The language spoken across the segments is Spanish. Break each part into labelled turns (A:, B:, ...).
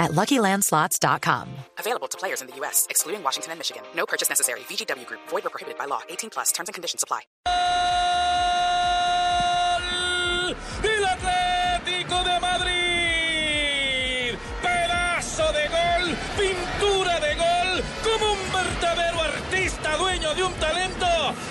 A: at luckylandslots.com.
B: Available to players in the U.S., excluding Washington and Michigan. No purchase necessary. VGW Group, void or prohibited by law. 18 plus terms and conditions apply.
C: del Atlético de Madrid. Pedazo de gol, pintura de gol, como un verdadero artista dueño de un talento.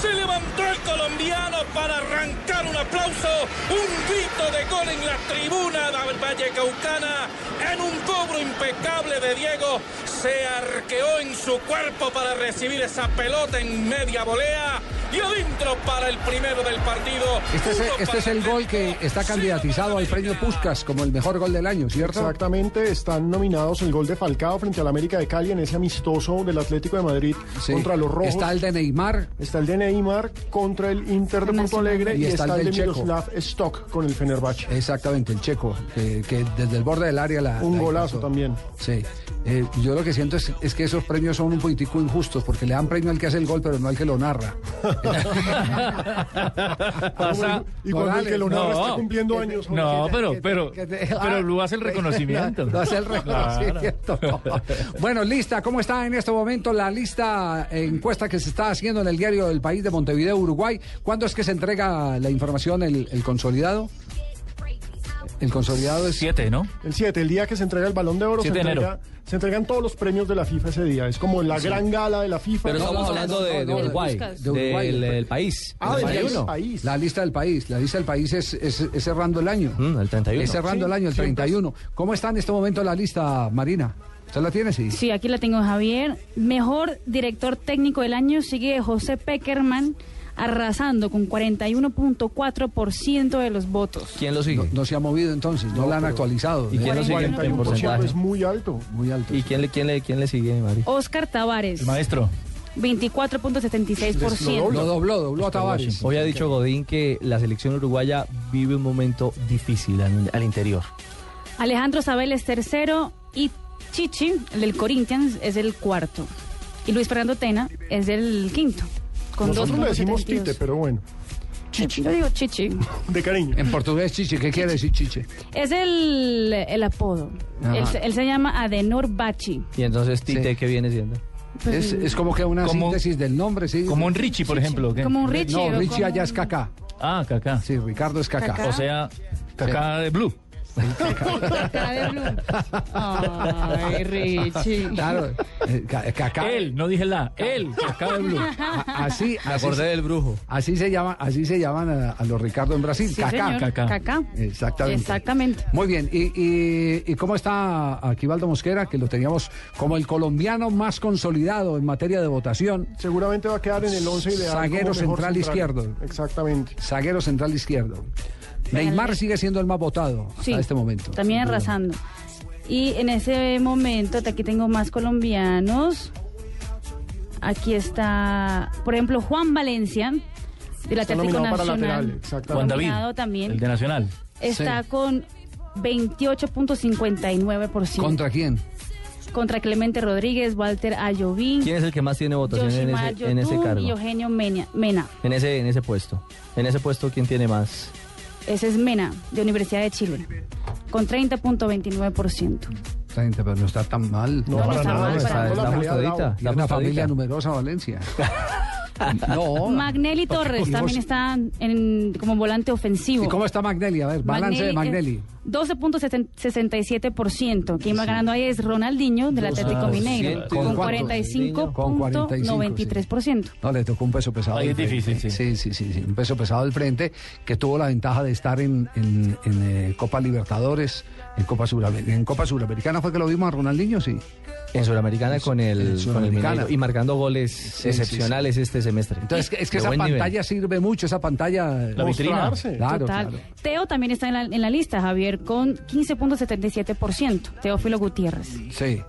C: Se levantó el colombiano para arrancar un aplauso, un grito de gol en la tribuna de Vallecaucana, en un cobro impecable de Diego. Se arqueó en su cuerpo para recibir esa pelota en media volea y adentro para el primero del partido.
D: Este es,
C: Uno
D: este
C: para
D: es el gol que
C: Atlético.
D: está candidatizado al premio Puskas como el mejor gol del año, ¿cierto?
E: Exactamente, están nominados el gol de Falcao frente al América de Cali en ese amistoso del Atlético de Madrid
D: Sí.
E: contra los Rojos.
D: Está el de Neymar.
E: Está el de Neymar contra el Inter de Porto Alegre y, está, el de
D: Checo. Eh,
E: Miroslav Stock con el Fenerbahce.
D: Exactamente, el checo, que, que desde el borde del área la.
E: Un
D: la
E: golazo
D: alcanzó.
E: también.
D: Sí. Eh, yo lo que siento es, es que esos premios son un poquitico injustos, porque le dan premio al que hace el gol, pero no al que lo narra.
F: pasa.
E: Ah, Y cuando el que lo narra
F: No.
E: está cumpliendo años.
F: No,
E: Jorge.
F: pero, pero,
D: que te- ah,
F: pero Lu hace el reconocimiento.
D: Lo hace el reconocimiento.
F: Claro.
D: Bueno, lista, ¿cómo está en este momento la lista eh, encuesta que se está haciendo en el diario del país de Montevideo, Uruguay? ¿Cuándo es que se entrega la información, el, el consolidado? El consolidado es...
F: Siete, ¿no?
E: El 7, el día que se entrega el Balón de Oro, se,
F: 7 de
E: entrega- se entregan todos los premios de la FIFA ese día. Es como la gran gala de la FIFA.
G: Pero
E: No,
G: estamos
E: no,
G: hablando
E: no,
G: de,
E: no,
G: de
E: no,
G: Uruguay,
D: de Uruguay,
G: del
D: del-
G: el país.
E: Ah,
G: el
E: del país.
G: 31.
E: país.
D: La lista del país, la lista del país es, es- es cerrando el año.
G: Mm, el 31.
D: Es cerrando el año, el 31. ¿Cómo está en este momento la lista, Marina? ¿Usted la tiene? Sí.
H: Sí, aquí la tengo, Javier. Mejor director técnico del año sigue José Peckerman, arrasando con 41.4% de los votos.
G: ¿Quién lo sigue?
D: No, no se ha movido entonces, no, la han actualizado.
G: ¿Y quién lo sigue en
H: 41%.
G: porcentaje?
E: Es muy alto.
D: Muy alto.
G: ¿Y quién le, quién le, quién le sigue, Mari?
D: Oh,
H: Oscar Tavares,
F: El maestro.
H: 24.76%.
D: Lo dobló, dobló a Tavares.
G: Hoy ha dicho Godín que la selección uruguaya vive un momento difícil al, al interior.
H: Alejandro Sabeles, tercero. Y Chichi, el del Corinthians, es el cuarto. Y Luis Fernando Tena es el quinto. Con
E: Nosotros le decimos
H: 2.72.
E: Tite, pero bueno,
H: Yo digo Chichi.
E: de cariño.
D: En portugués, chiche, ¿qué quiere decir chiche?
H: Es el, el apodo.
D: Ajá.
H: Él, se- él se llama Adenor Bachi.
G: Y entonces Tite,
D: Sí.
G: ¿qué viene siendo?
H: Pues
D: Es, es como que una
F: Como-
D: síntesis del nombre, sí.
F: Como un Richie, por ejemplo. ¿o qué?
H: Como un
D: Eh,
H: Richie.
D: No,
H: o
D: Richie
H: como
D: allá es
H: un-
D: Cacá.
F: Ah, Cacá.
D: Sí, Ricardo es Cacá.
H: Cacá.
F: O sea, Cacá de Blue.
H: Cacá de Blue. Ay, Richie.
D: Claro, eh, ca- Cacá.
F: Él, no dije la. Él,
D: Ah.
F: Cacá de Blue.
D: A- Así, así,
G: del brujo.
D: así se llaman, así se llaman a, a los Ricardo en Brasil.
H: Sí,
D: Cacá. Eh,
H: señor.
F: Cacá.
H: Cacá.
D: Exactamente.
H: Exactamente.
D: Muy bien, y, y- y cómo está aquí Valdo Mosquera, que lo teníamos como el colombiano más consolidado en materia de votación?
E: Seguramente va a quedar en el 11 ideal. como
D: Zaguero
E: mejor
D: central izquierdo.
E: Exactamente.
D: Zaguero central izquierdo. Neymar sigue siendo el más votado
H: Sí,
D: hasta este momento.
H: También arrasando. Y en ese momento, aquí tengo más colombianos. Aquí está, por ejemplo, Juan Valencia, del
E: Está
H: Atlético
E: nominado para
H: Nacional.
E: lateral, exactamente.
F: Juan David.
H: Nominado también.
F: El de Nacional.
H: Está
D: Sí.
H: con 28.59%.
D: ¿Contra quién?
H: Contra Clemente Rodríguez, Walter Ayoví,
G: ¿Quién es el que más tiene votación en
H: Yoshimar
G: ese, en ese
H: Yotun y
G: cargo?
H: Eugenio Mena. Mena.
G: En ese, en ese puesto. En ese puesto, ¿quién tiene más?
H: Ese es Mena, de Universidad de Chile, con 30.29%.
D: Esta gente, pero no está tan mal.
E: No,
D: La-
E: para
H: está
E: nada.
H: mal,
E: está
H: para
G: está
E: la pelea
G: ajustadita.
E: bravo.
G: Está
D: la una
G: ajustadita.
D: familia numerosa Valencia. no.
H: Magnelli Torres también está en, como volante ofensivo.
D: ¿Y cómo está Magnelli? A ver, balance de Magnelli.
H: eh, 12.67%. Quien va ganando ahí es Ronaldinho del Atlético Mineiro,
D: ¿con
H: con
D: cuánto? Con
H: 45.93%.
D: No, le tocó un peso pesado.
F: Ahí
D: del
F: es difícil,
D: frente.
F: sí.
D: Sí, sí, sí. Un peso pesado del frente que tuvo la ventaja de estar en, en- en, eh, Copa Libertadores, en Copa, Suramer- en Copa Suramericana. ¿Fue que lo vimos a Ronaldinho? Sí.
G: En Sudamericana con el,
D: En
G: con el
D: Suramericana.
G: Mineiro. Y marcando goles
D: sí,
G: excepcionales este semestre.
D: Entonces, es que
G: De
D: esa
G: buen nivel.
D: pantalla sirve mucho, esa pantalla.
F: La vitrina.
E: Mostrarse.
D: Claro,
H: Total.
D: claro.
H: Teo también está en la, en la lista, Javier, con 15.77%. Teófilo Gutiérrez.
D: Sí.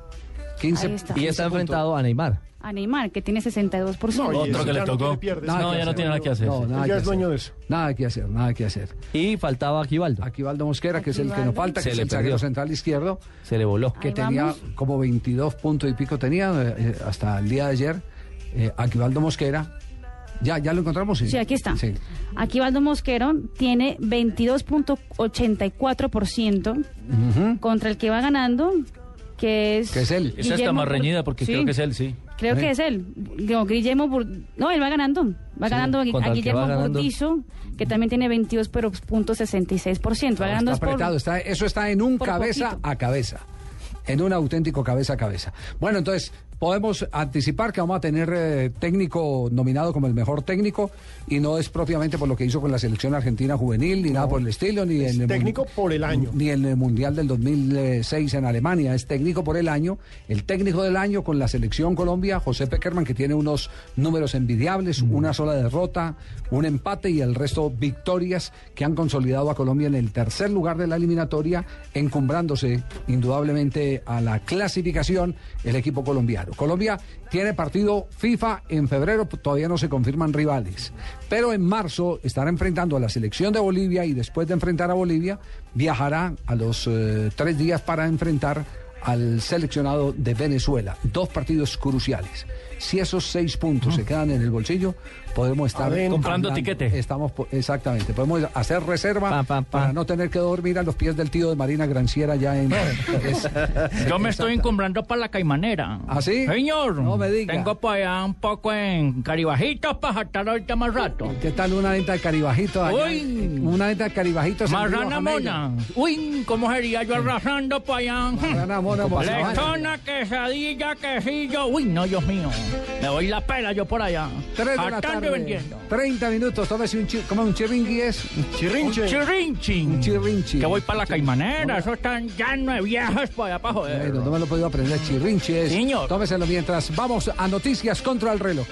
D: 15.
H: Ahí está.
G: Y está enfrentado a Neymar.
H: a Neymar, que tiene 62%.
E: No, y-
F: Otro que
E: ya
F: le
E: no
F: tocó.
E: le pierdes.
D: Nada
F: No,
D: que
F: ya no
D: hacer.
F: tiene nada que hacer.
D: No,
F: sí.
D: nada
E: Él
D: que
E: ya es dueño
D: hacer.
E: de eso.
D: Nada que hacer, nada que hacer.
G: Y faltaba Aquivaldo.
D: Aquí Valdo Mosquera, que es el que nos
H: Aquivaldo.
D: falta, que
G: Se
D: es
G: le
D: el zaguero
G: perdió.
D: central izquierdo,
G: Se le voló.
D: que
H: Ahí
D: tenía
H: vamos.
D: como 22 puntos y pico, tenía eh, eh, hasta el día de ayer. Eh, Aquí Valdo Mosquera, ya, ya lo encontramos.
H: Sí, aquí está.
D: Sí.
H: Aquí Valdo Mosquero tiene 22.84% contra el que va ganando, que es...
D: Que es él.
F: Esa está
H: Guillermo
F: más
H: Bur-
F: reñida porque
H: Sí,
F: creo que es él, sí.
H: Creo que es él. No, Guillermo Bur- No, él va ganando. Va ganando a
G: contra el que
H: Guillermo
G: va ganando.
H: Burdizo, que también tiene 22.66%. Va ganando
D: está
H: es por-
D: apretado, está, eso está en un
H: por
D: cabeza
H: poquito.
D: a cabeza, en un auténtico cabeza a cabeza. Bueno, entonces podemos anticipar que vamos a tener eh, técnico nominado como el mejor técnico y no es propiamente por lo que hizo con la selección argentina juvenil ni nada por el estilo ni
E: Es
D: en el mun-
E: técnico por el año.
D: ni en el mundial del 2006 en Alemania es técnico por el año el técnico del año con la selección Colombia José Peckerman que tiene unos números envidiables
E: Mm.
D: una sola derrota un empate y el resto victorias que han consolidado a Colombia en el tercer lugar de la eliminatoria encumbrándose indudablemente a la clasificación el equipo colombiano Colombia tiene partido FIFA en febrero todavía no se confirman rivales pero en marzo estará enfrentando a la selección de Bolivia y después de enfrentar a Bolivia viajará a los eh, tres días para enfrentar al seleccionado de Venezuela. Dos partidos cruciales. Si esos seis puntos se quedan en el bolsillo, podemos estar
E: Adentro.
F: Comprando
D: hablando.
F: tiquete.
D: Estamos po- exactamente. Podemos hacer reserva
G: Pa, pa, pa.
D: para no tener que dormir a los pies del tío de Marina Granciera ya en. es-
I: Yo me estoy encumbrando para la caimanera.
D: ¿Ah, sí?
I: Señor.
D: No me diga.
I: Tengo por allá un poco en caribajitos para saltar ahorita más rato.
D: ¿Qué tal una venta de caribajito? allá?
I: Uy.
D: Una venta de caribajitos. en
I: Marrana
D: Río Jamello.
I: mona. Uy, ¿cómo sería yo arrasando para allá?
D: Marrana mona,
I: Lechona, quesadilla, quesillo. Uy, no, Dios mío. Me doy la pela yo por allá.
D: 3 de la
I: Hartando y
D: tarde.
I: vendiendo.
D: 30 minutos. Tómese un, chir, un chirringui es.
E: Chirrinche.
I: Chirrinchín.
D: Un chirrinchín.
I: Que voy para la caimanera. Eso están lleno de viejas para allá para joder.
D: Bueno, no me lo he podido aprender, chirrinches.
I: Señor.
D: Tómeselo mientras vamos a noticias contra el reloj.